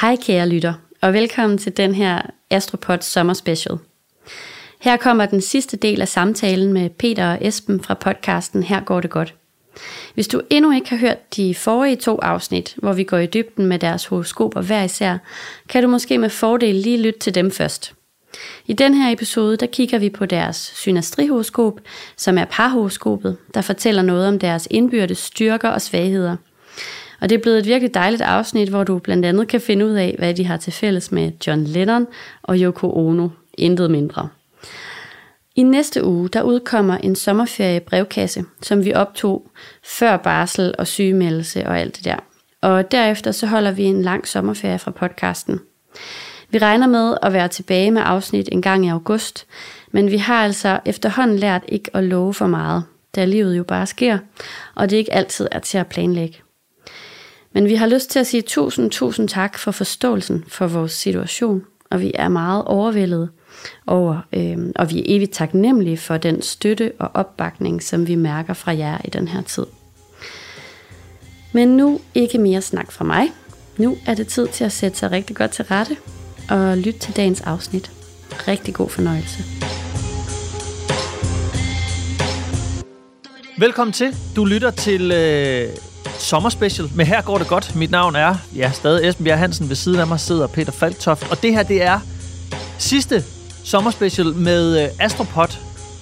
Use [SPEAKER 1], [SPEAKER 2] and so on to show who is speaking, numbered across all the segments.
[SPEAKER 1] Hej kære lytter, og velkommen til den her Astropod sommerspecial. Her kommer den sidste del af samtalen med Peter og Esben fra podcasten Her går det godt. Hvis du endnu ikke har hørt de forrige to afsnit, hvor vi går i dybden med deres horoskoper hver især, kan du måske med fordel lige lytte til dem først. I den her episode, der kigger vi på deres synastrihoroskop, som er parhoroskopet, der fortæller noget om deres indbyrdes styrker og svagheder – og det er blevet et virkelig dejligt afsnit, hvor du blandt andet kan finde ud af, hvad de har til fælles med John Lennon og Yoko Ono. Intet mindre. I næste uge, der udkommer en sommerferie brevkasse, som vi optog før barsel og sygemeldelse og alt det der. Og derefter så holder vi en lang sommerferie fra podcasten. Vi regner med at være tilbage med afsnit en gang i august, men vi har altså efterhånden lært ikke at love for meget, da livet jo bare sker, og det ikke altid er til at planlægge. Men vi har lyst til at sige tusind, tusind tak for forståelsen for vores situation, og vi er meget overvældet over, øh, og vi er evigt taknemmelige for den støtte og opbakning, som vi mærker fra jer i den her tid. Men nu ikke mere snak fra mig. Nu er det tid til at sætte sig rigtig godt til rette og lytte til dagens afsnit. Rigtig god fornøjelse.
[SPEAKER 2] Velkommen til. Du lytter til øh, sommerspecial med Her går det godt. Mit navn er, ja, stadig Esben Bjerg Hansen. Ved siden af mig sidder Peter Falktoft. Og det her, det er sidste sommerspecial med øh, Astropod.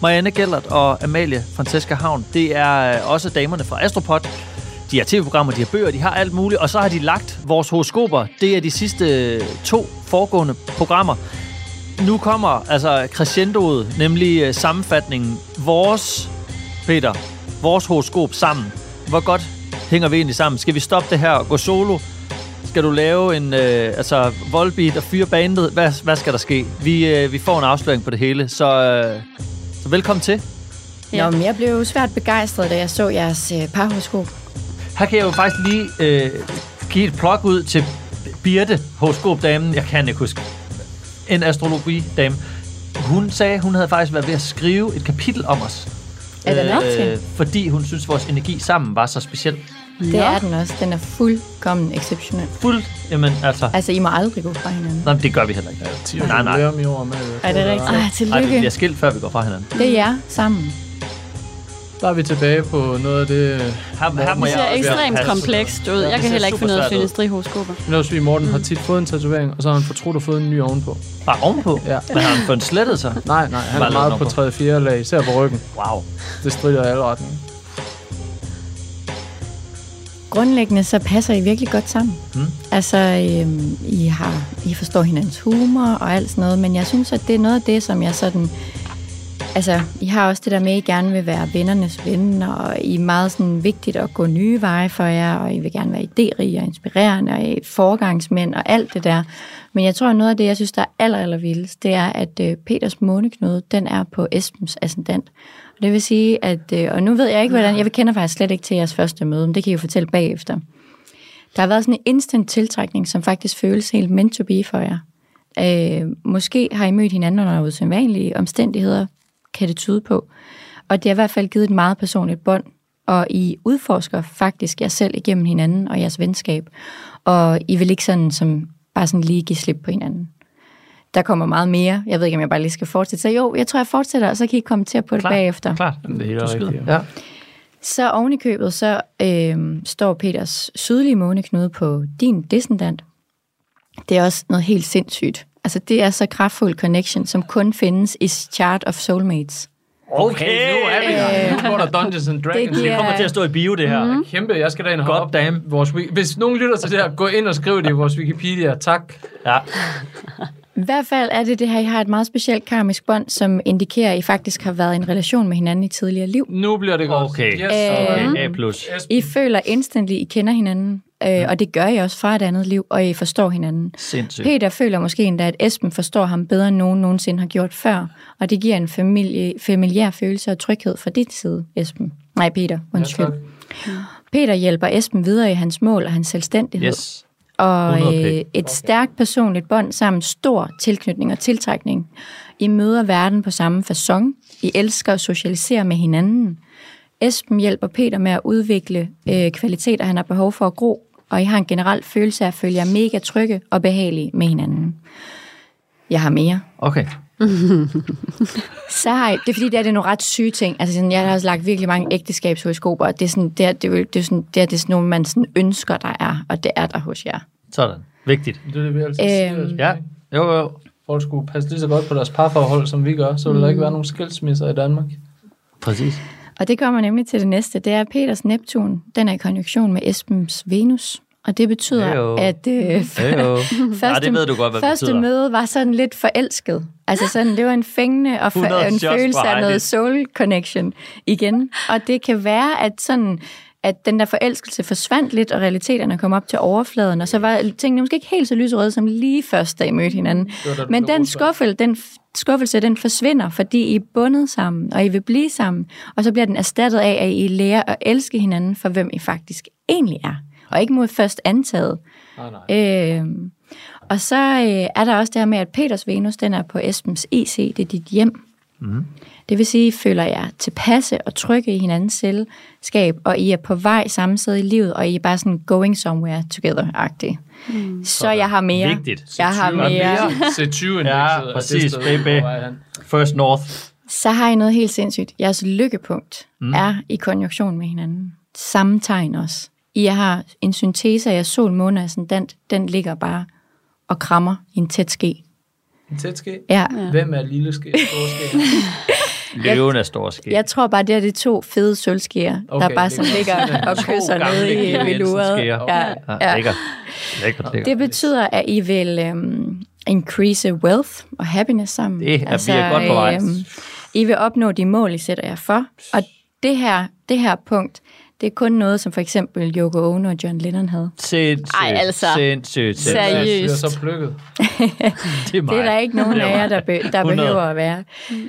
[SPEAKER 2] Marianne Gellert og Amalie Francesca Havn. Det er øh, også damerne fra Astropod. De har tv-programmer, de har bøger, de har alt muligt. Og så har de lagt vores horoskoper. Det er de sidste øh, to foregående programmer. Nu kommer altså crescendoet, nemlig øh, sammenfatningen. Vores, Peter, vores horoskop sammen. Hvor godt hænger vi egentlig sammen? Skal vi stoppe det her og gå solo? Skal du lave en øh, altså voldbeat og fyre bandet? Hvad, hvad skal der ske? Vi, øh, vi får en afsløring på det hele, så, øh, så velkommen til.
[SPEAKER 1] Ja.
[SPEAKER 3] Ja. Nå, men jeg blev jo svært begejstret, da jeg så jeres øh, parhoroskop.
[SPEAKER 2] Her kan jeg jo faktisk lige øh, give et plug ud til Birte, horoskopdamen. Jeg kan ikke huske. En astrologidame. Hun sagde, hun havde faktisk været ved at skrive et kapitel om os. Øh,
[SPEAKER 3] Er det nok til?
[SPEAKER 2] Fordi hun synes, vores energi sammen var så speciel.
[SPEAKER 3] Det er den også. Den er fuldkommen exceptionel.
[SPEAKER 2] Fuld, jamen altså...
[SPEAKER 3] Altså, I må aldrig gå fra hinanden.
[SPEAKER 2] Nå, men det gør vi heller ikke.
[SPEAKER 4] Ja,
[SPEAKER 2] Nej, nej.
[SPEAKER 4] Lærer i år med.
[SPEAKER 3] Er det rigtigt? Ej,
[SPEAKER 2] Ej, vi
[SPEAKER 3] tillykke.
[SPEAKER 2] bliver skilt, før vi går fra hinanden.
[SPEAKER 3] Det er jer sammen.
[SPEAKER 4] Der er vi tilbage på noget af det...
[SPEAKER 2] Her, her må
[SPEAKER 4] Det
[SPEAKER 1] Det
[SPEAKER 2] jeg
[SPEAKER 1] ser
[SPEAKER 2] også
[SPEAKER 1] ekstremt
[SPEAKER 2] passe.
[SPEAKER 1] komplekst ud.
[SPEAKER 2] Ja,
[SPEAKER 1] Jeg
[SPEAKER 2] det
[SPEAKER 1] kan
[SPEAKER 2] ser
[SPEAKER 1] heller ikke finde ud af
[SPEAKER 2] supersvært ud.
[SPEAKER 1] synestri-horoskoper.
[SPEAKER 4] Nu også, Morten har tit fået en tatovering, og så har han fortrudt at fået en ny ovenpå.
[SPEAKER 2] Bare ovenpå?
[SPEAKER 4] Ja.
[SPEAKER 2] Men har han fået en slettet så?
[SPEAKER 4] Nej, nej, han
[SPEAKER 2] Bare
[SPEAKER 4] er
[SPEAKER 2] lidt
[SPEAKER 4] meget
[SPEAKER 2] nok
[SPEAKER 4] på
[SPEAKER 2] på.
[SPEAKER 4] 3. og 4. lag, især på ryggen.
[SPEAKER 2] Wow.
[SPEAKER 4] Det strider i alle retninger.
[SPEAKER 3] Grundlæggende så passer I virkelig godt sammen.
[SPEAKER 2] Mm.
[SPEAKER 3] Altså, øhm, I, har, I forstår hinandens humor og alt sådan noget, men jeg synes, at det er noget af det, som jeg sådan... Altså, I har også det der med, at I gerne vil være vennernes ven, og I er meget sådan vigtigt at gå nye veje for jer, og I vil gerne være idérige og inspirerende, og I er forgangsmænd og alt det der. Men jeg tror, at noget af det, jeg synes, der er aller, aller vildest, det er, at øh, Peters måneknude, den er på Esbens ascendant. Og det vil sige, at... Øh, og nu ved jeg ikke, hvordan... Jeg kender faktisk slet ikke til jeres første møde, men det kan I jo fortælle bagefter. Der har været sådan en instant tiltrækning, som faktisk føles helt meant to be for jer. Øh, måske har I mødt hinanden under usædvanlige omstændigheder, kan det tyde på. Og det har i hvert fald givet et meget personligt bånd, og I udforsker faktisk jer selv igennem hinanden og jeres venskab. Og I vil ikke sådan som bare sådan lige give slip på hinanden. Der kommer meget mere. Jeg ved ikke, om jeg bare lige skal fortsætte. Så jo, jeg tror, jeg fortsætter, og så kan I kommentere på det
[SPEAKER 2] Klart.
[SPEAKER 3] bagefter.
[SPEAKER 2] Klart.
[SPEAKER 4] Jamen, det er helt
[SPEAKER 2] Du skyder.
[SPEAKER 4] rigtigt,
[SPEAKER 2] Ja.
[SPEAKER 3] Så oven i købet, så øh, står Peters sydlige måneknude på din descendant. Det er også noget helt sindssygt. Altså, det er så kraftfuld connection, som kun findes i Chart of Soulmates.
[SPEAKER 2] Okay,
[SPEAKER 4] nu er vi her. Nu går der Dungeons and Dragons.
[SPEAKER 3] Det giver-
[SPEAKER 2] Det kommer til at stå i bio, det her. Mm.
[SPEAKER 4] Kæmpe, jeg skal da ind og
[SPEAKER 2] God
[SPEAKER 4] hoppe op
[SPEAKER 2] damn.
[SPEAKER 4] vores wiki- Hvis nogen lytter til det her, gå ind og skriv det i vores Wikipedia. Tak.
[SPEAKER 2] Ja.
[SPEAKER 3] I hvert fald er det det her, I har et meget specielt karmisk bånd, som indikerer, at I faktisk har været i en relation med hinanden i tidligere liv.
[SPEAKER 4] Nu bliver det godt.
[SPEAKER 3] Øhm,
[SPEAKER 2] Okay.
[SPEAKER 4] Yes.
[SPEAKER 2] Okay, A+.
[SPEAKER 4] Yes.
[SPEAKER 3] I føler instantly, I kender hinanden. øh, og det gør I også fra et andet liv, og I forstår hinanden.
[SPEAKER 2] Sindssygt.
[SPEAKER 3] Peter føler måske endda, at Esben forstår ham bedre, end nogen nogensinde har gjort før, og det giver en familie, familiær følelse og tryghed fra dit side, Esben. Nej, Peter, undskyld.
[SPEAKER 4] tak.
[SPEAKER 3] Peter hjælper Esben videre i hans mål og hans selvstændighed.
[SPEAKER 2] Yes.
[SPEAKER 3] Og
[SPEAKER 2] 100p.
[SPEAKER 3] øh, et stærkt personligt bånd sammen stor tilknytning og tiltrækning. I møder verden på samme façon. I elsker at socialisere med hinanden. Esben hjælper Peter med at udvikle øh, kvaliteter, han har behov for at gro, og I har en generel følelse af at følge jer mega trygge og behagelige med hinanden. Jeg har mere.
[SPEAKER 2] Okay.
[SPEAKER 3] Så har jeg, det er fordi, det er, det er nogle ret syge ting. Altså, sådan, jeg har også lagt virkelig mange ægteskabshoroskoper, og det er, sådan, det, er, det, er, jo- det, er sådan, det, er, det er sådan nogle, man sådan ønsker, der er, og det er der hos jer.
[SPEAKER 2] Sådan. Vigtigt.
[SPEAKER 4] Det er det, vi altid siger.
[SPEAKER 3] Øhm,
[SPEAKER 4] Esben,
[SPEAKER 2] Ja.
[SPEAKER 4] ikke?
[SPEAKER 2] Jo, jo.
[SPEAKER 4] Folk skulle passe lige så godt på deres parforhold, som vi gør, så
[SPEAKER 3] Mm.
[SPEAKER 4] vil der ikke være nogen skilsmisser i Danmark.
[SPEAKER 2] Præcis.
[SPEAKER 3] Og det kommer nemlig til det næste. Det er at Peters Neptun. Den er i konjunktion med Esbens Venus. Og det betyder,
[SPEAKER 2] Heyo.
[SPEAKER 3] at øh,
[SPEAKER 2] Jo. Ja, det ved du godt, hvad det
[SPEAKER 3] første
[SPEAKER 2] betyder.
[SPEAKER 3] møde var sådan lidt forelsket. Altså sådan, det var en fængende og
[SPEAKER 2] 100
[SPEAKER 3] for, en
[SPEAKER 2] shots
[SPEAKER 3] følelse
[SPEAKER 2] behind
[SPEAKER 3] af
[SPEAKER 2] it.
[SPEAKER 3] noget soul connection igen. Og det kan være, at sådan at den der forelskelse forsvandt lidt, og realiteterne kom op til overfladen, og så var tingene måske ikke helt så lyserøde, som lige først, da I mødte hinanden.
[SPEAKER 4] var da, du
[SPEAKER 3] Men
[SPEAKER 4] blev
[SPEAKER 3] den
[SPEAKER 4] rost af.
[SPEAKER 3] skuffelse, den f- skuffelse, den forsvinder, fordi I er bundet sammen, og I vil blive sammen, og så bliver den erstattet af, at I lærer at elske hinanden for, hvem I faktisk egentlig er, og ikke mod først antaget.
[SPEAKER 2] Ah,
[SPEAKER 4] Nej, nej.
[SPEAKER 3] Øh, og så øh, er der også det her med, at Peters Venus, den er på Esbens IC, det er dit hjem. Mm. Det vil sige, at I føler jer tilpasse og trygge i hinandens selskab, og I er på vej samme sted i livet, og I er bare sådan going somewhere together-agtigt. Mm. Så jeg har mere.
[SPEAKER 2] Vigtigt.
[SPEAKER 3] Jeg har
[SPEAKER 2] Tyve.
[SPEAKER 3] mere.
[SPEAKER 4] C20-indekset.
[SPEAKER 2] Ja, præcis, baby. First North.
[SPEAKER 3] Så har I noget helt sindssygt. Jeres lykkepunkt mm. er i konjunktion med hinanden. Samme tegn også. I har en syntese af jeres sol, måne og ascendant. Den ligger bare og krammer i en tæt ske.
[SPEAKER 4] Tæt ske.
[SPEAKER 3] Ja.
[SPEAKER 4] Hvem er lille ske? Store ske?
[SPEAKER 2] Løven er stor ske.
[SPEAKER 3] Jeg tror bare, det er de to fede sølvskeer, okay,
[SPEAKER 4] Okay,
[SPEAKER 3] der bare
[SPEAKER 4] det
[SPEAKER 3] sådan
[SPEAKER 4] kan
[SPEAKER 3] ligger og kysser
[SPEAKER 2] gamle
[SPEAKER 3] nede
[SPEAKER 2] Kim
[SPEAKER 3] i
[SPEAKER 2] Jensen
[SPEAKER 3] ved luret.
[SPEAKER 2] skeer.
[SPEAKER 3] Ja,
[SPEAKER 2] Ja,
[SPEAKER 3] ja.
[SPEAKER 2] lækker. Lækker, lækker.
[SPEAKER 3] Det betyder, at I vil øhm, increase wealth og happiness sammen. Altså, øhm,
[SPEAKER 2] Det er- vi er godt på vej.
[SPEAKER 3] I vil opnå de mål, I sætter jer for. Og det her, det her punkt, det er kun noget, som for eksempel Yoko Ono og John Lennon havde.
[SPEAKER 2] Sindssygt,
[SPEAKER 1] Ej, altså.
[SPEAKER 2] sindssygt, sindssygt.
[SPEAKER 4] Jeg
[SPEAKER 1] Seriøst.
[SPEAKER 4] bliver så plukket.
[SPEAKER 2] Det er mig.
[SPEAKER 3] Det er der ikke nogen af jer, der, be, der
[SPEAKER 2] 100.
[SPEAKER 3] behøver at være.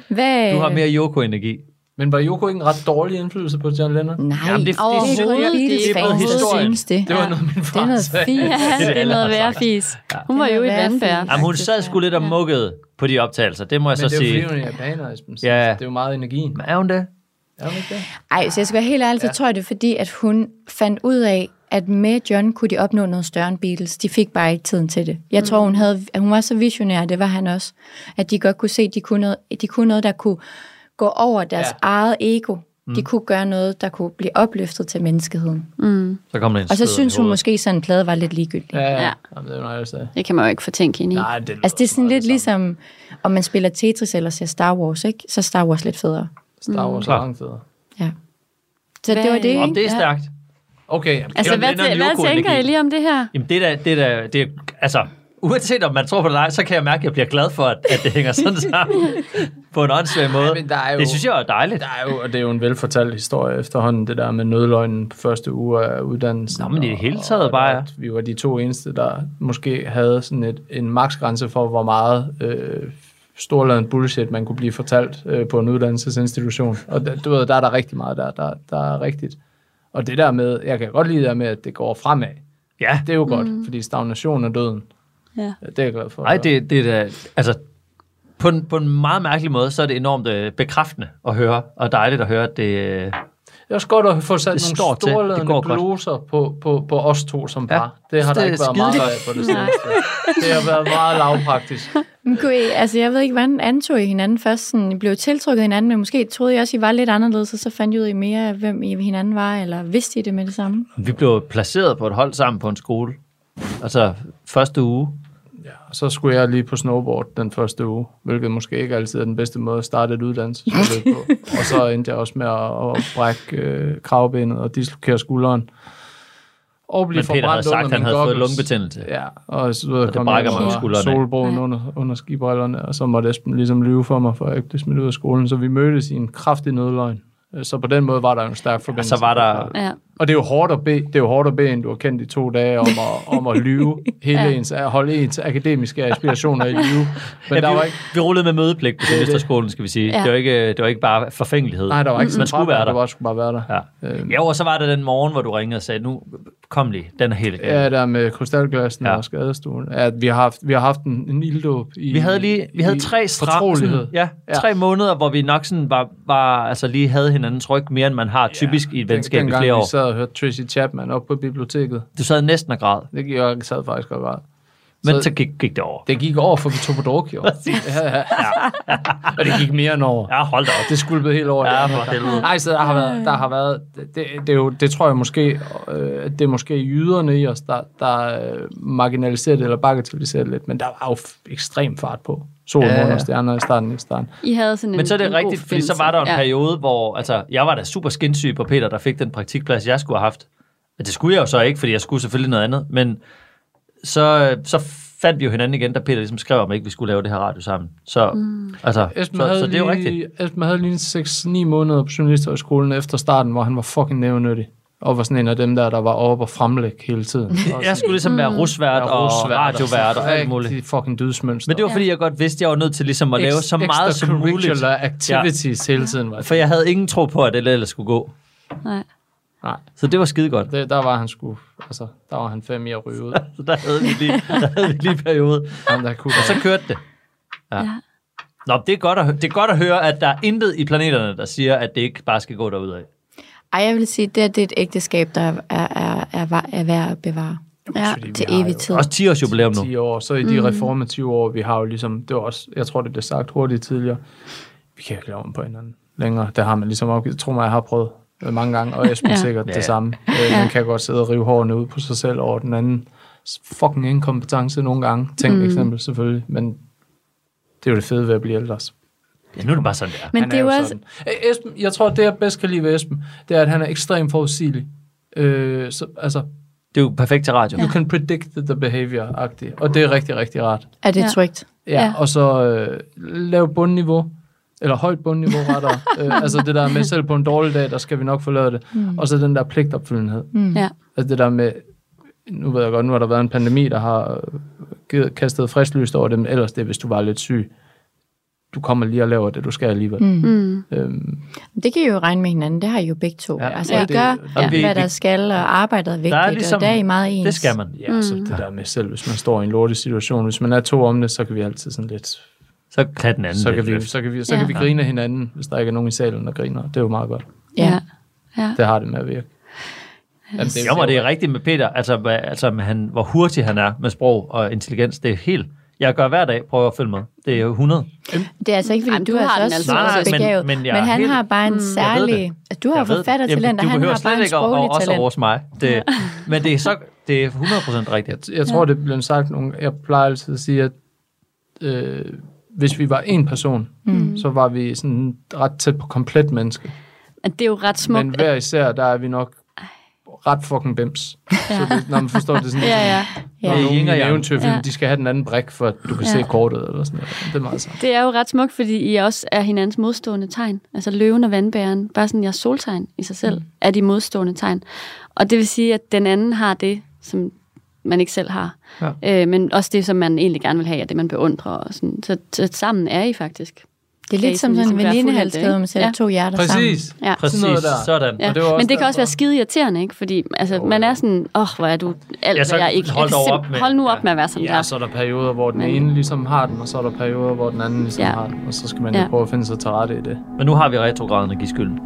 [SPEAKER 3] Hvad,
[SPEAKER 2] Du har mere Yoko-energi.
[SPEAKER 4] Men var Joko ikke en ret dårlig indflydelse på John Lennon?
[SPEAKER 3] Nej,
[SPEAKER 2] Jamen, det- det er
[SPEAKER 3] overhovedet
[SPEAKER 1] historien.
[SPEAKER 3] ikke.
[SPEAKER 1] Det er
[SPEAKER 2] blevet
[SPEAKER 3] Fans
[SPEAKER 2] historien.
[SPEAKER 3] synes det.
[SPEAKER 4] Det var
[SPEAKER 3] Ja.
[SPEAKER 4] noget, min
[SPEAKER 3] Det er
[SPEAKER 4] far
[SPEAKER 3] noget
[SPEAKER 4] sagde.
[SPEAKER 3] fint.
[SPEAKER 1] Ja, det er
[SPEAKER 2] alle
[SPEAKER 1] noget
[SPEAKER 2] har
[SPEAKER 1] værre
[SPEAKER 2] sagt.
[SPEAKER 1] fis. Hun var
[SPEAKER 3] Det er
[SPEAKER 1] jo et
[SPEAKER 3] noget værre
[SPEAKER 1] vandbær.
[SPEAKER 3] fis.
[SPEAKER 2] Jamen, hun
[SPEAKER 3] Faktisk,
[SPEAKER 2] sad
[SPEAKER 3] ja.
[SPEAKER 2] sgu lidt og mukkede på de optagelser. Det må jeg
[SPEAKER 4] Men
[SPEAKER 2] så
[SPEAKER 4] det er jo
[SPEAKER 2] sige.
[SPEAKER 4] fordi, hun er japaner, Esben. så
[SPEAKER 2] Altså, Ja, ja.
[SPEAKER 4] Det er jo meget energien.
[SPEAKER 2] Er hun det?
[SPEAKER 4] Er hun ikke det?
[SPEAKER 3] Ej, så jeg skal være helt ærlig, så tror jeg det er fordi, at hun fandt ud af, at med John kunne de opnå noget større end Beatles. De fik bare ikke tiden til det. Jeg tror, hun, havde, at hun var så visionær, det var han også, at de godt kunne se, at de kunne noget, de kunne noget der kunne gå over deres
[SPEAKER 4] Ja.
[SPEAKER 3] ja. Mm. eget ego. De kunne gøre noget, der kunne blive opløftet til menneskeheden.
[SPEAKER 2] Så kom der en
[SPEAKER 3] Og så
[SPEAKER 2] stød
[SPEAKER 3] synes
[SPEAKER 2] i
[SPEAKER 3] hun
[SPEAKER 2] hovedet.
[SPEAKER 3] måske, sådan en plade var lidt ligegyldig.
[SPEAKER 4] Ja, ja.
[SPEAKER 1] Ja.
[SPEAKER 4] Jamen, det er jo noget, jeg sagde.
[SPEAKER 1] Det kan man jo ikke fortænke hende i.
[SPEAKER 4] Nej, det
[SPEAKER 3] Altså det er sådan
[SPEAKER 4] lyder
[SPEAKER 3] lidt ligesom, om man spiller Tetris eller ser Star Wars, ikke? Så er Star Wars lidt federe.
[SPEAKER 4] Star Wars er
[SPEAKER 2] Klar.
[SPEAKER 4] langt federe.
[SPEAKER 3] Ja. Så
[SPEAKER 1] Hvad-
[SPEAKER 3] det var det,
[SPEAKER 1] Om
[SPEAKER 3] ikke?
[SPEAKER 2] Om det er
[SPEAKER 3] Ja.
[SPEAKER 2] stærkt.
[SPEAKER 4] Okay, jamen,
[SPEAKER 1] Altså,
[SPEAKER 2] John
[SPEAKER 1] hvad,
[SPEAKER 2] Lennon,
[SPEAKER 1] tæ- hvad
[SPEAKER 2] Yoko
[SPEAKER 1] tænker
[SPEAKER 2] Energi.
[SPEAKER 1] I lige om det her?
[SPEAKER 2] Jamen, det der, det der, det er, altså, uanset om man tror på det eller ej, så kan jeg mærke, at jeg bliver glad for, at, at det hænger sådan sammen på en åndssvag måde.
[SPEAKER 4] Ja, men der er jo-
[SPEAKER 2] det synes jeg er dejligt.
[SPEAKER 4] Der er jo, og det er jo en velfortalt historie efterhånden, det der med nødløgnen på første uge af uddannelsen.
[SPEAKER 2] Nå, men i det
[SPEAKER 4] og-
[SPEAKER 2] hele taget
[SPEAKER 4] og
[SPEAKER 2] bare, ja.
[SPEAKER 4] at Vi var de to eneste, der måske havde sådan et, en maksgrænse for, hvor meget øh, storladen bullshit, man kunne blive fortalt øh, på en uddannelsesinstitution. Og der, du ved, der er der rigtig meget, der, der, der er rigtigt. Og det der med, jeg kan godt lide det der med, at det går fremad.
[SPEAKER 2] Ja,
[SPEAKER 4] Det er jo godt, fordi stagnation er døden.
[SPEAKER 1] Ja.
[SPEAKER 4] Ja, det er jeg glad for.
[SPEAKER 2] nej, det, det er da, altså, på en, på en meget mærkelig måde, så er det enormt øh, bekræftende at høre, og dejligt at høre, at det, øh,
[SPEAKER 4] Det er også godt at få sat
[SPEAKER 2] Det
[SPEAKER 4] nogle
[SPEAKER 2] står til. Det
[SPEAKER 4] storladende
[SPEAKER 2] går godt.
[SPEAKER 4] gloser på, på, på os to som
[SPEAKER 2] Ja.
[SPEAKER 4] par. Det har
[SPEAKER 2] Det
[SPEAKER 4] der
[SPEAKER 2] er
[SPEAKER 4] ikke været meget
[SPEAKER 2] skide-
[SPEAKER 4] af på det seneste. Det har været meget lavpraktisk.
[SPEAKER 3] Men kunne I, altså jeg ved ikke, hvordan antog I hinanden først? Sådan, I blev tiltrukket af hinanden, men måske troede I også, I var lidt anderledes, og så fandt I ud af mere, af, hvem I hinanden var, eller vidste I det med det samme?
[SPEAKER 2] vi blev placeret på et hold sammen på en skole. Altså, første uge.
[SPEAKER 4] Og så skulle jeg lige på snowboard den første uge, hvilket måske ikke altid er den bedste måde at starte et uddannelsesforløb på. Og så endte jeg også med at, at brække øh, kravbenet og dislokere skulderen. Og blive
[SPEAKER 2] Men Peter havde
[SPEAKER 4] forbrændt
[SPEAKER 2] sagt, at
[SPEAKER 4] under
[SPEAKER 2] han
[SPEAKER 4] mine
[SPEAKER 2] havde fået
[SPEAKER 4] goggles.
[SPEAKER 2] lungebetændelse.
[SPEAKER 4] Ja, og så og
[SPEAKER 2] det brækker man jo skuldrene af.
[SPEAKER 4] solbrogen under, under skibrillerne, og så måtte Esben ligesom lyve for mig, for jeg ikke blev smidt ud af skolen, så vi mødtes i en kraftig nødløgn. Øh, Så på den måde var der jo en stærk
[SPEAKER 2] Og
[SPEAKER 4] forbindelse.
[SPEAKER 2] så var der
[SPEAKER 1] Ja.
[SPEAKER 4] Og det er jo hårdt at bede, det er jo hårdt at bede, end du har kendt i to dage, om at, om at lyve hele ja. ens, at holde ens akademiske aspirationer i live. Men ja, der
[SPEAKER 2] vi,
[SPEAKER 4] var ikke,
[SPEAKER 2] vi rullede med mødepligt på semesterskolen, skal vi sige. Ja.
[SPEAKER 1] Ja.
[SPEAKER 2] Det, var ikke, øh, det var ikke bare forfængelighed.
[SPEAKER 4] nej, der var ikke sådan
[SPEAKER 2] Man skulle være
[SPEAKER 4] Du
[SPEAKER 2] der.
[SPEAKER 4] bare, skulle bare være der.
[SPEAKER 2] Ja.
[SPEAKER 4] Øhm.
[SPEAKER 2] ja, og så var det den morgen, hvor du ringede og sagde, nu kom lige, den er helt
[SPEAKER 4] Ja, der med krystalglasen
[SPEAKER 2] Ja.
[SPEAKER 4] ja. og skadestuen. Ja, vi har haft, vi har haft en, en ilddåb i
[SPEAKER 2] Vi havde lige vi havde
[SPEAKER 4] i
[SPEAKER 2] tre stram,
[SPEAKER 4] fortrolighed.
[SPEAKER 2] sådan, ja, tre måneder, hvor vi nok sådan var, var, altså lige havde hinandens ryg mere, end man har typisk i et venskab
[SPEAKER 4] den,
[SPEAKER 2] i flere
[SPEAKER 4] vi
[SPEAKER 2] år.
[SPEAKER 4] sad og hørte Tracy Chapman op på biblioteket.
[SPEAKER 2] Du sad næsten og græd,
[SPEAKER 4] Det gik jeg sad faktisk og græd.
[SPEAKER 2] men
[SPEAKER 4] Så-
[SPEAKER 2] så gik, gik det over.
[SPEAKER 4] Det gik over, for vi tog på druk, jo. ja, ja. og det gik mere end over.
[SPEAKER 2] Ja, hold da op.
[SPEAKER 4] Det skulle blive helt over.
[SPEAKER 2] Ja, for helvede.
[SPEAKER 4] Nej, så der har været, der har været det, det, det, er jo, det tror jeg måske, øh, det er måske jyderne i os, der, der øh, marginaliserer det eller bagatelliserer det lidt, men der var jo f- ekstrem fart på. Sol,
[SPEAKER 2] Ja, ja.
[SPEAKER 4] ja, måneder, stjerner i starten i starten.
[SPEAKER 1] I havde sådan en
[SPEAKER 2] Men så er
[SPEAKER 1] en
[SPEAKER 2] det
[SPEAKER 1] god
[SPEAKER 2] rigtigt, fordi så
[SPEAKER 1] forbindelse.
[SPEAKER 2] var der en
[SPEAKER 1] ja.
[SPEAKER 2] periode, hvor altså, jeg var da super skinsyg på Peter, der fik den praktikplads, jeg skulle have haft. Og Det skulle jeg jo så ikke, fordi jeg skulle selvfølgelig noget andet. Men så, så fandt vi jo hinanden igen, da Peter ligesom skrev, om ikke vi skulle lave det her radio sammen. Så, mm. altså, så,
[SPEAKER 4] Esben havde,
[SPEAKER 2] så, det er jo rigtigt.
[SPEAKER 4] lige, Esben havde lige 6-9 måneder på journalisterhøjskolen efter starten, hvor han var fucking nævnyttig. Og var sådan en af dem der, der var oppe og fremlægge hele tiden. Og
[SPEAKER 2] Jeg skulle ligesom
[SPEAKER 1] Mm.
[SPEAKER 2] være rusvært og radiovært og alt muligt.
[SPEAKER 4] De altså. fucking dødsmønster.
[SPEAKER 2] Men det var, fordi jeg godt vidste, at jeg var nødt til ligesom at lave så meget som muligt.
[SPEAKER 4] Extracurricular activities ja. hele tiden. Var det.
[SPEAKER 2] For jeg havde ingen tro på, at det ellers skulle gå.
[SPEAKER 1] Nej.
[SPEAKER 4] Nej,
[SPEAKER 2] Så det var skide godt.
[SPEAKER 4] det, der var han sgu, altså, der var han fem i at ryge ud.
[SPEAKER 2] Så der havde vi lige, der havde vi lige en periode.
[SPEAKER 4] Han, der kunne
[SPEAKER 2] Så kørte det. Ja.
[SPEAKER 1] Ja.
[SPEAKER 2] Nå, det er, godt at, hø- det er godt at høre, at der er intet i planeterne, der siger, at det ikke bare skal gå derudad.
[SPEAKER 3] Ej, jeg vil sige, det, her, det er et ægteskab, der er, er, er, er, var- er værd at bevare
[SPEAKER 1] Ja.
[SPEAKER 4] fordi vi
[SPEAKER 3] til
[SPEAKER 4] har
[SPEAKER 3] evig
[SPEAKER 4] jo
[SPEAKER 3] tid.
[SPEAKER 2] Også 10 års jubilæum nu.
[SPEAKER 4] 10 år, så i
[SPEAKER 1] Mm.
[SPEAKER 4] de reformative år, vi har jo ligesom, det var også, jeg tror, det blev sagt hurtigt tidligere, vi kan jo ikke lave om på hinanden længere. Det har man ligesom opgivet. Tro mig, jeg har prøvet øh, mange gange, og Esben ja.
[SPEAKER 1] Ja.
[SPEAKER 4] sikkert
[SPEAKER 2] Ja.
[SPEAKER 4] det samme. Øh, Man kan godt sidde og rive hårene ud på sig selv over den anden. Fucking inkompetence nogle gange. Tænk mm. eksempel selvfølgelig, men det er jo det fede ved at blive ældre.
[SPEAKER 2] Ja, nu er det bare sådan, det er.
[SPEAKER 1] Men
[SPEAKER 4] Han
[SPEAKER 1] det er jo også...
[SPEAKER 4] sådan. Øh, Esben, jeg tror, det jeg bedst kan lide ved Esben, det er, at han er ekstremt forudsigelig. Øh, så, altså,
[SPEAKER 2] Det er jo perfekt til radio.
[SPEAKER 4] you can predict the behavior-agtigt, og det er rigtig, rigtig rart.
[SPEAKER 3] Er det
[SPEAKER 1] Ja.
[SPEAKER 3] trygt?
[SPEAKER 4] Ja, ja.
[SPEAKER 1] Ja.
[SPEAKER 4] og så øh, lave bundniveau, eller højt bundniveau rettere. øh, altså det der med, selv på en dårlig dag, der skal vi nok få lavet det. Mm. Og så den der pligtopfyldenhed. Mm.
[SPEAKER 1] Ja.
[SPEAKER 4] Altså det der med, nu ved jeg godt, nu har der været en pandemi, der har øh, givet, kastet frisk lys over det, men ellers det er, hvis du var lidt syg. Du kommer lige og laver det, du skal alligevel. Mm.
[SPEAKER 1] Mm.
[SPEAKER 4] Øhm,
[SPEAKER 3] Det kan I jo regne med hinanden, det har I jo begge to.
[SPEAKER 4] Ja,
[SPEAKER 3] Ja, altså,
[SPEAKER 4] og
[SPEAKER 3] ja, I
[SPEAKER 4] det-
[SPEAKER 3] gør,
[SPEAKER 2] og vi-
[SPEAKER 3] ja, hvad
[SPEAKER 2] vi-
[SPEAKER 3] der skal, og arbejdet er vigtigt, er
[SPEAKER 2] ligesom-
[SPEAKER 3] ligesom, og der er I meget ens.
[SPEAKER 2] Det skal man.
[SPEAKER 4] ja, mm. så det der med selv, hvis man står i en lortig situation, hvis man er to om det, så kan vi altid sådan lidt,
[SPEAKER 2] Så kan den anden
[SPEAKER 4] så kan
[SPEAKER 2] lidt
[SPEAKER 4] vi,
[SPEAKER 2] løfte.
[SPEAKER 4] så kan vi, så
[SPEAKER 1] Ja.
[SPEAKER 4] kan vi grine af hinanden, hvis der ikke er nogen i salen, der griner. Det er jo meget godt.
[SPEAKER 3] Ja.
[SPEAKER 4] Det har det med at virke. Jamen, det,
[SPEAKER 2] Jamen, det er rigtigt med Peter, altså, hvad, altså med han, hvor hurtig han er med sprog og intelligens. Det er helt... Jeg gør hver dag, prøver at følge med. Det er jo 100.
[SPEAKER 3] Det er altså ikke, fordi
[SPEAKER 1] Ej, men
[SPEAKER 3] du,
[SPEAKER 1] du
[SPEAKER 3] er
[SPEAKER 1] har
[SPEAKER 3] altså Mm.
[SPEAKER 1] den
[SPEAKER 3] også
[SPEAKER 1] altså
[SPEAKER 2] også. Nej,
[SPEAKER 3] super
[SPEAKER 2] men-
[SPEAKER 3] begavet,
[SPEAKER 2] men
[SPEAKER 3] men,
[SPEAKER 2] jeg er
[SPEAKER 3] han
[SPEAKER 2] helt-
[SPEAKER 3] har bare en særlig... Altså, du har
[SPEAKER 2] Jeg ved det.
[SPEAKER 3] forfattertalent, og
[SPEAKER 2] Jamen, Du
[SPEAKER 3] han har
[SPEAKER 2] behøver
[SPEAKER 3] bare
[SPEAKER 2] slet
[SPEAKER 3] en
[SPEAKER 2] ikke at- at-
[SPEAKER 3] sproglig
[SPEAKER 2] også at
[SPEAKER 3] talent.
[SPEAKER 2] rose mig. Det, men det er, så, det er 100% rigtigt.
[SPEAKER 4] Jeg, jeg tror, det blev sagt nogle... Jeg plejer altid at sige, at øh, hvis vi var en person, mm. så var vi sådan ret tæt på komplet menneske.
[SPEAKER 1] Men det er jo ret
[SPEAKER 4] Men
[SPEAKER 1] smukt.
[SPEAKER 4] hver især, der er vi nok ret fucking bims. Så det, når man forstår det er sådan...
[SPEAKER 1] Ja, ja.
[SPEAKER 4] Ja.
[SPEAKER 2] Det er yin og yang.
[SPEAKER 4] Eventyrfilm,
[SPEAKER 1] Ja.
[SPEAKER 4] de skal have den anden brik, for at du kan ja.
[SPEAKER 1] Ja.
[SPEAKER 4] se kortet eller sådan noget. Det er meget sejt.
[SPEAKER 1] Det er jo ret smukt, fordi I også er hinandens modstående tegn. Altså løven og vandbæren. Bare sådan, jeres soltegn i sig selv mm. er de modstående tegn. Og det vil sige, at den anden har det, som man ikke selv har. Ja. Øh, men også det, som man egentlig gerne vil have, og det, man beundrer. Og sådan. Så, så sammen er I faktisk.
[SPEAKER 3] Det er lidt
[SPEAKER 1] Kan I
[SPEAKER 3] som sådan
[SPEAKER 1] ligesom
[SPEAKER 3] en
[SPEAKER 1] være fuld af
[SPEAKER 3] venindehalskede,
[SPEAKER 1] det,
[SPEAKER 3] hvor man sætter
[SPEAKER 1] ikke?
[SPEAKER 3] to hjerter sammen.
[SPEAKER 4] Præcis.
[SPEAKER 1] Ja.
[SPEAKER 2] Præcis,
[SPEAKER 4] Sådan noget der.
[SPEAKER 2] sådan.
[SPEAKER 1] Ja.
[SPEAKER 4] Og
[SPEAKER 1] Og
[SPEAKER 4] det
[SPEAKER 1] det
[SPEAKER 4] var også
[SPEAKER 1] men det kan også
[SPEAKER 4] derfor-
[SPEAKER 1] være skide irriterende, ikke? Fordi altså, oh, man er sådan, åh, oh, hvor er du alt,
[SPEAKER 2] Ja,
[SPEAKER 1] ja,
[SPEAKER 2] så
[SPEAKER 1] hvad jeg ikke... Jeg
[SPEAKER 2] hold
[SPEAKER 1] kan
[SPEAKER 2] dog op
[SPEAKER 1] simp-
[SPEAKER 2] med-
[SPEAKER 1] hold nu op
[SPEAKER 2] ja.
[SPEAKER 1] med at være sådan
[SPEAKER 4] Ja,
[SPEAKER 1] der.
[SPEAKER 4] så er der perioder, hvor den ene ligesom har den, og så er der perioder, hvor den anden ligesom ja.
[SPEAKER 1] Ja.
[SPEAKER 4] har den. Og så skal man jo
[SPEAKER 1] Ja.
[SPEAKER 4] prøve at finde sig til rette i det.
[SPEAKER 2] Men nu har vi retrograden at give skylden.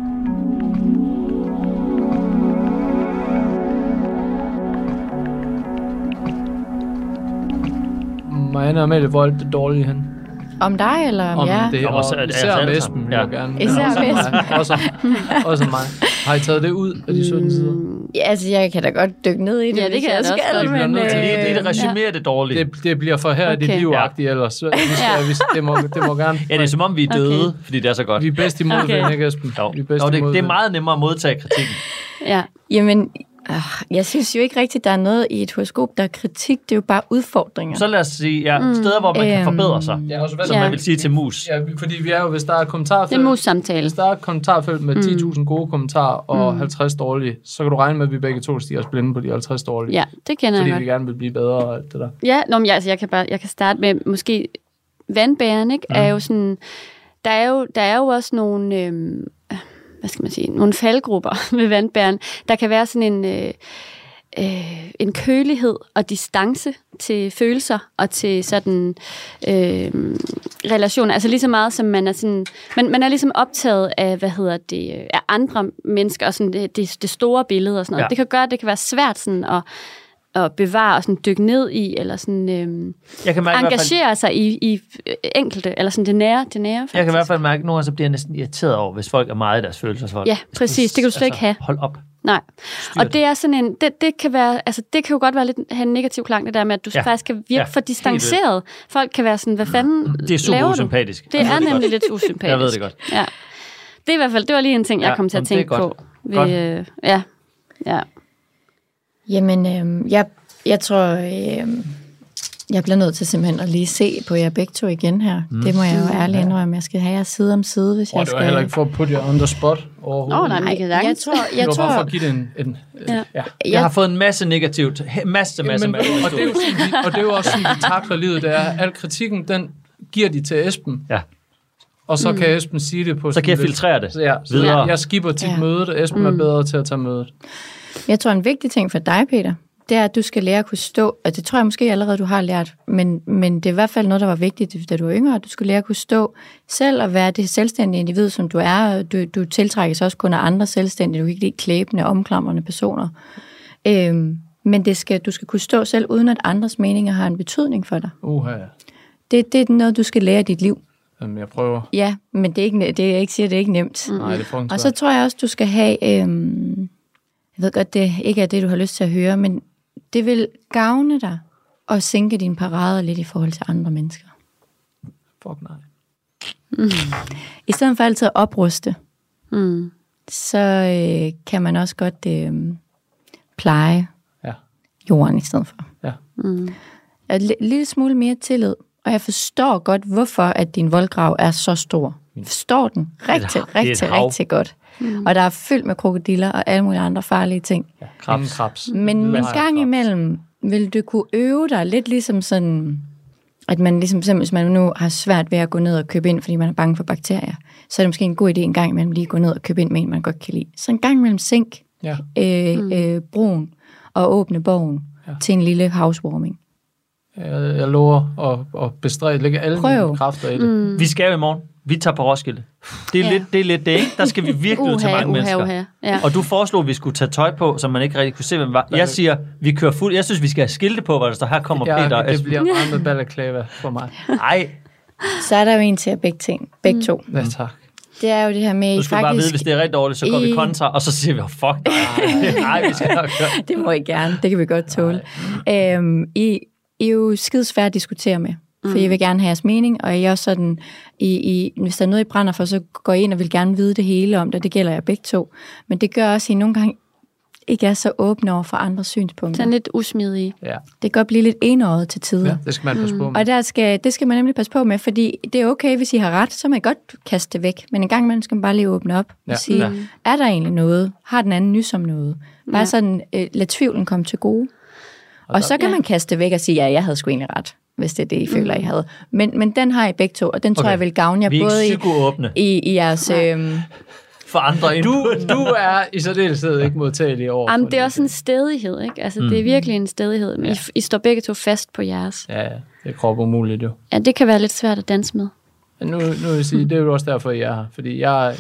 [SPEAKER 4] Marianne og Amalie, hvor er det dårlige hen?
[SPEAKER 3] Om dig eller om,
[SPEAKER 4] om
[SPEAKER 3] jer?
[SPEAKER 4] det,
[SPEAKER 2] Om
[SPEAKER 4] og
[SPEAKER 2] os-
[SPEAKER 4] også,
[SPEAKER 2] at-
[SPEAKER 4] især
[SPEAKER 2] os alle
[SPEAKER 4] om
[SPEAKER 2] sammen.
[SPEAKER 4] Esben vil
[SPEAKER 2] Ja.
[SPEAKER 4] jeg gerne.
[SPEAKER 3] Især
[SPEAKER 4] også
[SPEAKER 3] om
[SPEAKER 4] mig.
[SPEAKER 3] Esben.
[SPEAKER 4] Også, også mig. Har I taget det ud af de 17 sider?
[SPEAKER 3] Ja, altså, jeg kan da godt dykke ned i det,
[SPEAKER 1] Ja, det
[SPEAKER 3] hvis
[SPEAKER 1] kan jeg da også
[SPEAKER 3] skal,
[SPEAKER 1] godt.
[SPEAKER 4] Vi bliver
[SPEAKER 3] men...
[SPEAKER 4] nødt til
[SPEAKER 2] Så Altså, lige, lige
[SPEAKER 3] Øh,
[SPEAKER 2] det resumerer det dårlige.
[SPEAKER 4] Det, det bliver for her okay. det
[SPEAKER 1] Okay.
[SPEAKER 4] livagtigt ellers. Så Vi skal, vi, det, må, det må gerne.
[SPEAKER 2] Ja, det er som om vi er døde, okay. fordi det er så godt.
[SPEAKER 4] Vi er bedst imod okay.
[SPEAKER 1] Okay.
[SPEAKER 4] ikke Esben?
[SPEAKER 2] Jo.
[SPEAKER 4] Vi er
[SPEAKER 2] Jo,
[SPEAKER 4] bedst
[SPEAKER 2] det,
[SPEAKER 4] imod
[SPEAKER 2] det er meget nemmere at modtage kritikken.
[SPEAKER 1] Ja.
[SPEAKER 3] jamen, Øh, Jeg synes jo ikke rigtigt, der er noget i et horoskop, der er kritik. Det er jo bare udfordringer.
[SPEAKER 2] Så lad os sige, ja, steder, hvor man kan
[SPEAKER 3] Øhm,
[SPEAKER 2] forbedre sig,
[SPEAKER 4] Ja, og så
[SPEAKER 2] som
[SPEAKER 1] Mm, Ja.
[SPEAKER 2] man vil sige til mus.
[SPEAKER 4] Ja, fordi vi er jo, hvis der er
[SPEAKER 1] Det er
[SPEAKER 4] kommentarfelt,
[SPEAKER 1] mus-samtale.
[SPEAKER 4] hvis der er kommentarfelt med 10.000 gode kommentarer og 50 dårlige, så kan du regne med, at vi begge to stiger os blinde på de 50 dårlige.
[SPEAKER 1] Ja, det kender
[SPEAKER 4] fordi
[SPEAKER 1] jeg
[SPEAKER 4] vi
[SPEAKER 1] godt.
[SPEAKER 4] gerne vil blive bedre og alt det der.
[SPEAKER 1] Ja, nå, men jeg, altså, jeg, kan bare, jeg kan starte med måske vandbæren, ikke? Er jo sådan, der, er jo, der er jo også nogle, øhm, hvad skal man sige, nogle faldgrupper ved vandbæren. Der kan være sådan en, øh, øh, en kølighed og distance til følelser og til sådan øh, relationer. Altså lige så meget som man er sådan, man, man er ligesom optaget af, hvad hedder det, øh, af andre mennesker og sådan det, det, det store billede og sådan noget.
[SPEAKER 2] Ja.
[SPEAKER 1] Ja. Det kan gøre, at det kan være svært sådan at, at bevare og sådan dykke ned i, eller sådan øh,
[SPEAKER 2] Jeg kan mærke, i hvert fald-
[SPEAKER 1] engagere sig i, i øh, enkelte, eller sådan det nære, det nære faktisk.
[SPEAKER 2] Jeg kan i hvert fald mærke, at nogle gange så bliver jeg næsten irriteret over, hvis folk er meget i deres følelsesvold. Altså,
[SPEAKER 1] Ja, præcis. Det kan du slet ikke have.
[SPEAKER 2] Hold op.
[SPEAKER 1] Nej.
[SPEAKER 2] det.
[SPEAKER 1] Og det er sådan en, det, det, kan være, altså det kan jo godt være lidt have en negativ klang, det der med, at du
[SPEAKER 2] Ja.
[SPEAKER 1] ja. faktisk kan virke
[SPEAKER 2] Ja,
[SPEAKER 1] ja. for distanceret. Folk kan være sådan, hvad fanden
[SPEAKER 2] Det er super
[SPEAKER 1] laver du?
[SPEAKER 2] usympatisk.
[SPEAKER 1] Det
[SPEAKER 2] Jeg ved
[SPEAKER 1] er
[SPEAKER 2] godt.
[SPEAKER 1] nemlig lidt usympatisk.
[SPEAKER 2] Jeg ved det godt.
[SPEAKER 1] Ja. Det er i hvert fald, det var lige en ting, jeg
[SPEAKER 2] Ja,
[SPEAKER 1] kom til at
[SPEAKER 2] jamen, det er
[SPEAKER 1] tænke
[SPEAKER 2] godt.
[SPEAKER 1] på.
[SPEAKER 2] Godt.
[SPEAKER 1] øh, ja. ja.
[SPEAKER 3] Jamen, øh, jeg, jeg tror, øh, jeg bliver nødt til simpelthen at lige se på jer begge to igen her. Mm. Det må jeg jo ærligt indrømme. Jeg skal have jer side om side, hvis
[SPEAKER 4] Og
[SPEAKER 3] jeg
[SPEAKER 4] det
[SPEAKER 3] skal...
[SPEAKER 4] var heller ikke for at putte jer under spot overhovedet.
[SPEAKER 1] Åh, oh, nej, men
[SPEAKER 3] Nej,
[SPEAKER 1] det kan
[SPEAKER 3] jeg
[SPEAKER 1] sagtens.
[SPEAKER 3] tror,
[SPEAKER 4] det
[SPEAKER 3] jeg
[SPEAKER 4] var bare for
[SPEAKER 3] tror,
[SPEAKER 4] at give det en... en øh,
[SPEAKER 1] Ja.
[SPEAKER 4] ja.
[SPEAKER 2] Jeg har fået en masse negativt. he- Masse, masse,
[SPEAKER 4] Jamen,
[SPEAKER 2] masse.
[SPEAKER 4] og, det er jo sådan, vi, og det er jo også sådan, vi takler livet, det er, al kritikken, den giver de til Esben,
[SPEAKER 2] Ja.
[SPEAKER 4] og så kan Esben sige det på...
[SPEAKER 2] Så kan jeg
[SPEAKER 4] sådan lidt-
[SPEAKER 2] filtrere det.
[SPEAKER 4] Så ja, så
[SPEAKER 2] Videre.
[SPEAKER 4] jeg, jeg skipper tit
[SPEAKER 3] Ja.
[SPEAKER 4] mødet, og Esben er bedre til at tage mødet.
[SPEAKER 3] jeg tror, en vigtig ting for dig, Peter, det er, at du skal lære at kunne stå, og det tror jeg måske allerede, du har lært, men, men det er i hvert fald noget, der var vigtigt, da du var yngre, at du skulle lære at kunne stå selv og være det selvstændige individ, som du er. og Du, du tiltrækkes også kun af andre selvstændige, du kan ikke lide klæbende, omklamrende personer. Øhm, men det skal, du skal kunne stå selv, uden at andres meninger har en betydning for dig.
[SPEAKER 4] Uha, ja.
[SPEAKER 3] Det, det er noget, du skal lære i dit liv.
[SPEAKER 4] Jamen, jeg prøver.
[SPEAKER 3] Ja, men det er ikke, ne- det, jeg ikke siger, det er ikke nemt. Mm.
[SPEAKER 4] Nej, det er
[SPEAKER 3] Og så
[SPEAKER 4] frugtensvært.
[SPEAKER 3] tror jeg også, du skal have, øhm, jeg ved godt, det ikke er det, du har lyst til at høre, men det vil gavne dig at sænke dine parader lidt i forhold til andre mennesker.
[SPEAKER 4] Fuck nej.
[SPEAKER 3] I stedet for altid at opruste,
[SPEAKER 1] Mm.
[SPEAKER 3] så øh, kan man også godt øh, pleje
[SPEAKER 4] Ja.
[SPEAKER 3] jorden i stedet for.
[SPEAKER 4] Ja.
[SPEAKER 1] Mm.
[SPEAKER 3] En li- lille smule mere tillid, og jeg forstår godt, hvorfor at din voldgrav er så stor. Jeg forstår den
[SPEAKER 2] Mm. Altså, Det er et
[SPEAKER 3] rigtig,
[SPEAKER 2] hav.
[SPEAKER 3] rigtig, rigtig godt. Og der er fyldt med krokodiller og alle mulige andre farlige ting.
[SPEAKER 4] Krabs. Ingen krabs.
[SPEAKER 3] Men en
[SPEAKER 4] har jeg
[SPEAKER 3] gang
[SPEAKER 4] kraft.
[SPEAKER 3] imellem vil du kunne øve dig lidt ligesom sådan, at man ligesom, selv hvis man nu har svært ved at gå ned og købe ind, fordi man er bange for bakterier, så er det måske en god idé en gang imellem lige at gå ned og købe ind med en, man godt kan lide. Så en gang imellem sænk
[SPEAKER 4] Ja.
[SPEAKER 3] øh, mm. øh, broen og åbne borgen ja. til en lille housewarming.
[SPEAKER 4] Jeg, jeg lover at, at bestræde, lægge alle
[SPEAKER 3] Prøv.
[SPEAKER 4] mine kræfter i det. Mm.
[SPEAKER 2] Vi skal jo i morgen. Vi tager på Roskilde. Det er,
[SPEAKER 3] Ja.
[SPEAKER 2] lidt, det er lidt det, ikke? Der skal vi virkelig ud til mange
[SPEAKER 1] uha,
[SPEAKER 2] mennesker.
[SPEAKER 1] uha. Ja.
[SPEAKER 2] Og du foreslog, at vi skulle tage tøj på, som man ikke rigtig kunne se, hvem var. Jeg siger, vi kører fuld. Jeg synes, vi skal have skilte på, hvor der står, her kommer Peter og
[SPEAKER 4] Ja, det
[SPEAKER 2] Esben.
[SPEAKER 4] bliver meget med balaklava for mig.
[SPEAKER 2] Nej,
[SPEAKER 3] Så er der jo en til jer begge ting, begge mm. to.
[SPEAKER 4] Ja, tak.
[SPEAKER 3] Det er jo det her med,
[SPEAKER 2] du
[SPEAKER 3] I
[SPEAKER 2] skal bare vide, hvis
[SPEAKER 3] faktisk...
[SPEAKER 2] det er rigtig dårligt, så går vi
[SPEAKER 3] I-
[SPEAKER 2] kontra, og så siger vi, oh, fuck dig. Nej, vi skal nok gøre.
[SPEAKER 3] Det må I gerne, det kan vi godt tåle. Øhm, I, I er jo skidesvære at diskutere med, for I vil gerne have jeres mening, og I er også sådan, I, I, hvis der er noget, I brænder for, så går I ind og vil gerne vide det hele om det, det gælder jer begge to. Men det gør også, at I nogle gange ikke er så åbne over for andres synspunkter.
[SPEAKER 1] Sådan lidt usmidige.
[SPEAKER 4] Ja.
[SPEAKER 3] Det kan godt blive lidt enøjet til tider.
[SPEAKER 4] ja, det skal man passe på med.
[SPEAKER 2] Mm.
[SPEAKER 3] Og der skal, det skal man nemlig passe på med, fordi det er okay, hvis I har ret, så må I godt kaste det væk. Men en gang imellem skal man bare lige åbne op og
[SPEAKER 4] Ja,
[SPEAKER 3] ja, sige,
[SPEAKER 2] ja.
[SPEAKER 3] ja. er der egentlig noget? Har den anden nys om noget? Bare ja. sådan, øh, lad tvivlen komme til gode. Og, så kan ja. Mm. man kaste det væk og sige, ja, jeg havde sgu egentlig ret, hvis det er det, I føler, I havde. Men, men den har I begge to, og den okay. tror
[SPEAKER 2] Okay.
[SPEAKER 3] jeg vil gavne jer
[SPEAKER 2] Vi er
[SPEAKER 3] både
[SPEAKER 2] ikke
[SPEAKER 3] i,
[SPEAKER 2] psykoåbne
[SPEAKER 3] i, i jeres... Øh,
[SPEAKER 2] for andre end
[SPEAKER 4] Du, du er i særdeleshed ikke modtagelig over. for
[SPEAKER 1] Jamen, det er også en stedighed, ikke? Altså,
[SPEAKER 2] Mm.
[SPEAKER 1] det er virkelig en stedighed. Men I, I står begge to fast på jeres.
[SPEAKER 4] Ja, ja. det er krop umuligt jo.
[SPEAKER 1] Ja, det kan være lidt svært at danse med.
[SPEAKER 4] Men Nu, nu vil jeg sige, det er jo også derfor, jeg er her. Fordi jeg,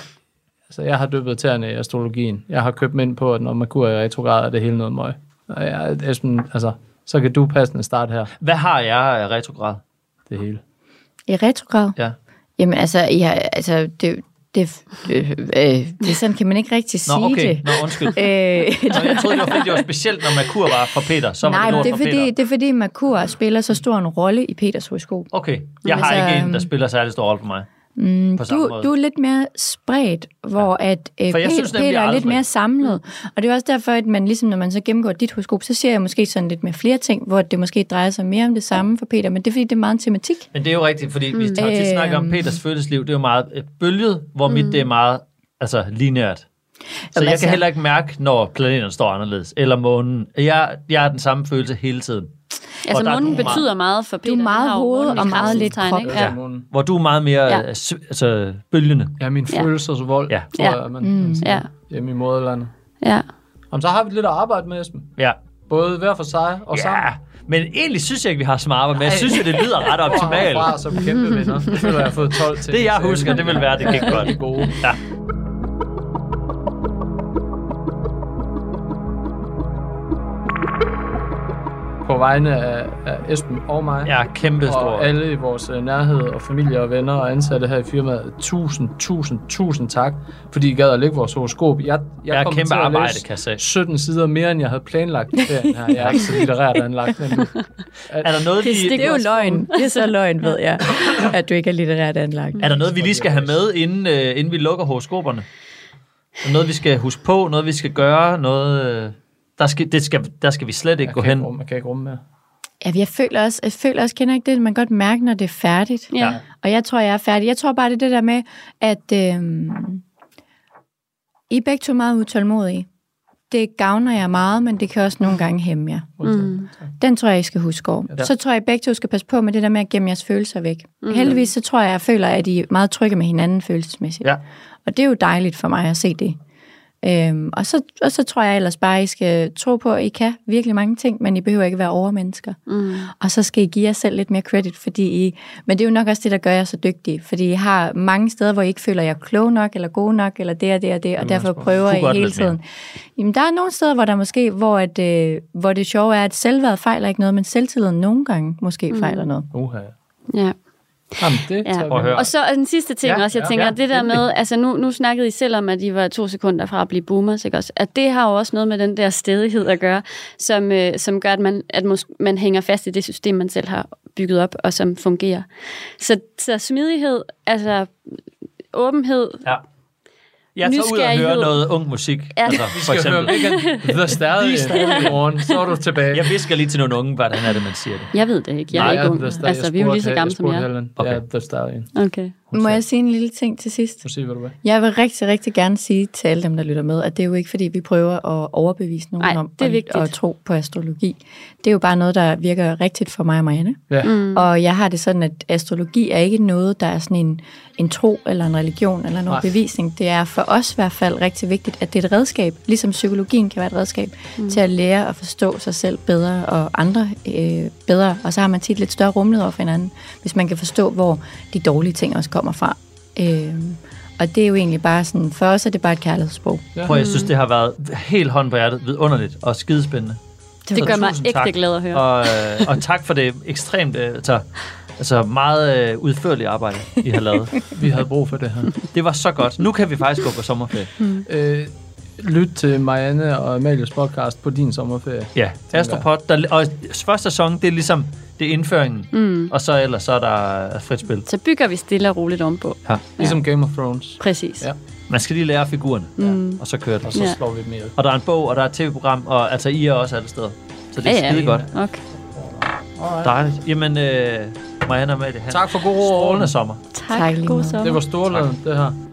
[SPEAKER 4] altså, jeg har døbet tæerne i astrologien. Jeg har købt mig ind på, at når Merkur er i retrograd, er det hele noget møg. Og jeg, Esben, altså, så kan du passende starte her,
[SPEAKER 2] Hvad har jeg af retrograd?
[SPEAKER 4] det hele.
[SPEAKER 3] I retrograd?
[SPEAKER 2] Ja.
[SPEAKER 3] Jamen altså, I har, altså det, det, øh, øh, det er sådan kan man ikke rigtig
[SPEAKER 2] Nå,
[SPEAKER 3] sige
[SPEAKER 2] okay.
[SPEAKER 3] det.
[SPEAKER 2] Nå, undskyld.
[SPEAKER 3] Øh,
[SPEAKER 2] Nå, jeg troede, det var fordi, det var specielt, når Merkur var fra Peter. Så var
[SPEAKER 3] Nej,
[SPEAKER 2] det,
[SPEAKER 3] men
[SPEAKER 2] lort
[SPEAKER 3] det er,
[SPEAKER 2] fra
[SPEAKER 3] fordi,
[SPEAKER 2] Peter.
[SPEAKER 3] det er fordi Merkur spiller så stor en rolle i Peters horoskop.
[SPEAKER 2] Okay, jeg har
[SPEAKER 3] altså,
[SPEAKER 2] ikke en, der
[SPEAKER 3] øhm,
[SPEAKER 2] spiller særlig stor rolle for mig.
[SPEAKER 3] Mm,
[SPEAKER 2] på samme
[SPEAKER 3] du,
[SPEAKER 2] måde.
[SPEAKER 3] du er lidt mere spredt, hvor ja. at øh,
[SPEAKER 2] For jeg
[SPEAKER 3] Pe-
[SPEAKER 2] synes nemlig, jeg
[SPEAKER 3] Peter
[SPEAKER 2] er
[SPEAKER 3] er lidt
[SPEAKER 2] aldrig
[SPEAKER 3] mere samlet. Og det er også derfor, at man ligesom, når man så gennemgår dit horoskop, så ser jeg måske sådan lidt med flere ting, hvor det måske drejer sig mere om det samme for Peter, men det er fordi, det er meget en tematik.
[SPEAKER 2] Men det er jo rigtigt, fordi vi har tit snakket om
[SPEAKER 3] Øhm.
[SPEAKER 2] Peters følelsesliv. Det er jo meget øh, bølget, hvor mit det er meget altså, linært. Så
[SPEAKER 3] Mm. Jamen,
[SPEAKER 2] jeg
[SPEAKER 3] altså-
[SPEAKER 2] kan heller ikke mærke, når planeterne står anderledes, eller månen. Jeg, jeg har den samme følelse hele tiden. Og der
[SPEAKER 1] Altså,
[SPEAKER 2] er
[SPEAKER 1] månen
[SPEAKER 2] du meget-
[SPEAKER 1] betyder meget for Peter. Han
[SPEAKER 3] meget
[SPEAKER 1] har jo
[SPEAKER 3] hoved
[SPEAKER 1] månen i
[SPEAKER 3] og meget
[SPEAKER 1] kraftens
[SPEAKER 3] lidt
[SPEAKER 1] tegn,
[SPEAKER 3] krop.
[SPEAKER 1] ikke?
[SPEAKER 4] Ja.
[SPEAKER 1] Ja.
[SPEAKER 2] Hvor du er meget mere
[SPEAKER 1] Ja.
[SPEAKER 2] ja. altså, bølgende.
[SPEAKER 4] ja, min
[SPEAKER 1] Ja.
[SPEAKER 4] følelsers vold,
[SPEAKER 2] Ja.
[SPEAKER 4] ja. tror jeg, man, man siger,
[SPEAKER 1] Ja.
[SPEAKER 4] hjemme i moderlandet.
[SPEAKER 1] ja.
[SPEAKER 4] Jamen, så har vi lidt at arbejde med, Esben.
[SPEAKER 2] Ja.
[SPEAKER 4] Både hver for sig og sammen.
[SPEAKER 2] ja. Men egentlig synes jeg ikke, vi har så meget arbejde med. Jeg synes jo, det lyder ret optimalt.
[SPEAKER 4] Fra som kæmpe venner. Det føler jeg, jeg har fået 12 til.
[SPEAKER 2] Det, jeg husker, det vil være, det gik godt.
[SPEAKER 4] gode.
[SPEAKER 2] Ja.
[SPEAKER 4] På vegne af, af Esben og mig.
[SPEAKER 2] Ja, kæmpe stor.
[SPEAKER 4] og alle i vores øh, nærhed og familie og venner og ansatte her i firmaet. Tusind, tusind, tusind tak, fordi I gad at lægge vores horoskop. Jeg, jeg,
[SPEAKER 2] Ja,
[SPEAKER 4] kom
[SPEAKER 2] kæmpe
[SPEAKER 4] til at
[SPEAKER 2] arbejde,
[SPEAKER 4] læse
[SPEAKER 2] kan jeg sige.
[SPEAKER 4] 17 sider mere, end jeg havde planlagt i ferien her. Jeg er ikke så litterært anlagt endnu.
[SPEAKER 2] Er der noget, vi,
[SPEAKER 3] Det er jo løgn. Det er så løgn, ved jeg, at du ikke er litterært anlagt.
[SPEAKER 2] er der noget, vi lige skal have med, inden, øh, inden vi lukker horoskoperne? Er der Noget, vi skal huske på, noget, vi skal gøre, noget... Øh, der, skal, det skal, der skal vi slet ikke
[SPEAKER 4] Jeg
[SPEAKER 2] gå
[SPEAKER 4] kan
[SPEAKER 2] hen.
[SPEAKER 4] ikke rumme, jeg kan ikke rumme mere.
[SPEAKER 3] Ja, jeg føler også, jeg føler også kender jeg ikke det, man kan godt mærke, når det er færdigt.
[SPEAKER 1] ja.
[SPEAKER 3] Og jeg tror, jeg er færdig. Jeg tror bare, det er det der med, at øh, I er begge to meget utålmodige. Det gavner jer meget, men det kan også nogle gange hæmme jer.
[SPEAKER 4] Mm.
[SPEAKER 3] Den tror jeg, I skal huske over.
[SPEAKER 4] Ja.
[SPEAKER 3] Så tror jeg, at begge to skal passe på med det der med at gemme jeres følelser væk. Mm. Heldigvis så tror jeg, jeg føler, at I er meget trygge med hinanden følelsesmæssigt.
[SPEAKER 2] Ja.
[SPEAKER 3] Og det er jo dejligt for mig at se det. Øhm, og, så, og så tror jeg ellers bare, at I skal tro på, at I kan virkelig mange ting, men I behøver ikke være overmennesker. Mm. Og så skal I give jer selv lidt mere credit, fordi I, men det er jo nok også det, der gør jer så dygtige, fordi I har mange steder, hvor I ikke føler jer klog nok, eller god nok, eller det og det og det, og derfor prøver
[SPEAKER 2] altså, Kunne
[SPEAKER 3] I
[SPEAKER 2] godt
[SPEAKER 3] hele
[SPEAKER 2] lidt mere.
[SPEAKER 3] tiden. Jamen, der er nogle steder, hvor der måske, hvor, at, øh, hvor det sjove er, at selvværd fejler ikke noget, men selvtilliden nogle gange måske mm. fejler noget.
[SPEAKER 4] Uha.
[SPEAKER 1] ja.
[SPEAKER 4] Jamen, det
[SPEAKER 1] Ja.
[SPEAKER 4] ja.
[SPEAKER 2] Prøv at høre.
[SPEAKER 1] Og så og den sidste ting
[SPEAKER 2] Ja,
[SPEAKER 1] ja, også, jeg
[SPEAKER 2] ja,
[SPEAKER 1] tænker,
[SPEAKER 2] ja,
[SPEAKER 1] det der med, altså nu, nu snakkede I selv om, at I var to sekunder fra at blive boomers, ikke også? At det har jo også noget med den der stedighed at gøre, som, øh, som gør, at, man, at mås- man hænger fast i det system, man selv har bygget op, og som fungerer. Så, så smidighed, altså åbenhed,
[SPEAKER 2] Ja. Jeg tager ud og hører
[SPEAKER 1] Nysgerrighed.
[SPEAKER 2] noget ung musik, ja. altså,
[SPEAKER 4] Vi
[SPEAKER 2] for
[SPEAKER 4] skal høre
[SPEAKER 2] eksempel.
[SPEAKER 4] Megan The Stallion i morgen. Så er du tilbage.
[SPEAKER 2] Jeg visker lige til nogle unge, hvordan er det, man siger det.
[SPEAKER 1] jeg ved det ikke, jeg
[SPEAKER 4] Nej,
[SPEAKER 1] er ikke
[SPEAKER 4] The
[SPEAKER 1] ung.
[SPEAKER 4] Stallion.
[SPEAKER 1] Altså, vi er jo
[SPEAKER 4] spurgte
[SPEAKER 1] lige så
[SPEAKER 4] Hel-
[SPEAKER 1] gamle som
[SPEAKER 4] spurgte
[SPEAKER 1] jer.
[SPEAKER 4] Helen.
[SPEAKER 2] Okay.
[SPEAKER 4] Ja, The Stallion.
[SPEAKER 1] Okay.
[SPEAKER 3] Må jeg sige en lille ting til sidst?
[SPEAKER 4] Nu siger, hvad du vil.
[SPEAKER 3] Jeg vil rigtig, rigtig gerne sige til alle dem, der lytter med, at det er jo ikke, fordi vi prøver at overbevise nogen
[SPEAKER 1] Ej,
[SPEAKER 3] om
[SPEAKER 1] det er
[SPEAKER 3] at-
[SPEAKER 1] vigtigt.
[SPEAKER 3] at tro på astrologi. Det er jo bare noget, der virker rigtigt for mig og Marianne.
[SPEAKER 4] Ja.
[SPEAKER 3] Mm. Og jeg har det sådan, at astrologi er ikke noget, der er sådan en, en tro eller en religion eller en overbevisning. Det er for os i hvert fald rigtig vigtigt, at det er et redskab, ligesom psykologien kan være et redskab, mm. til at lære at forstå sig selv bedre og andre øh, bedre. Og så har man tit lidt større rummelighed over for hinanden, hvis man kan forstå, hvor de dårlige ting også kommer fra. Øh, og det er jo egentlig bare sådan, for os er det bare et kærlighedssprog.
[SPEAKER 2] Prøv, jeg synes, det har været helt hånd på hjertet, vidunderligt og skidespændende.
[SPEAKER 1] Det gør mig
[SPEAKER 2] Tusind
[SPEAKER 1] ægte
[SPEAKER 2] tak.
[SPEAKER 1] glad at høre.
[SPEAKER 2] Og, øh, og tak for det ekstremt øh, så, altså meget øh, udførlige arbejde, I har lavet.
[SPEAKER 4] Vi havde brug for det her.
[SPEAKER 2] Det var så godt. Nu kan vi faktisk gå på sommerferie.
[SPEAKER 4] Øh, lyt til Marianne og Amalies podcast på din sommerferie.
[SPEAKER 2] Ja, Astropod. Der, og første sæson, det er ligesom, det er indføringen. Mm. Og så ellers, så er der frit spil.
[SPEAKER 1] Så bygger vi stille og roligt om på.
[SPEAKER 4] Ligesom Game of Thrones.
[SPEAKER 1] Præcis.
[SPEAKER 4] Ja.
[SPEAKER 2] Man skal lige lære figurerne, mm. og så kører
[SPEAKER 4] Og
[SPEAKER 2] det.
[SPEAKER 4] så
[SPEAKER 1] Ja.
[SPEAKER 4] slår vi dem ihjel.
[SPEAKER 2] Og der er en bog, og der er et tv-program, og altså, I er også alle steder. Så det er
[SPEAKER 1] Ja, ja.
[SPEAKER 2] skide godt.
[SPEAKER 1] Okay.
[SPEAKER 2] Dejligt. Jamen, øh, Marianne og Amalie, han
[SPEAKER 4] Tak for god ro og
[SPEAKER 2] strålende
[SPEAKER 4] orden.
[SPEAKER 2] sommer.
[SPEAKER 1] Tak.
[SPEAKER 3] Tak lige
[SPEAKER 1] God
[SPEAKER 3] meget.
[SPEAKER 1] sommer.
[SPEAKER 4] Det var storladen, det her.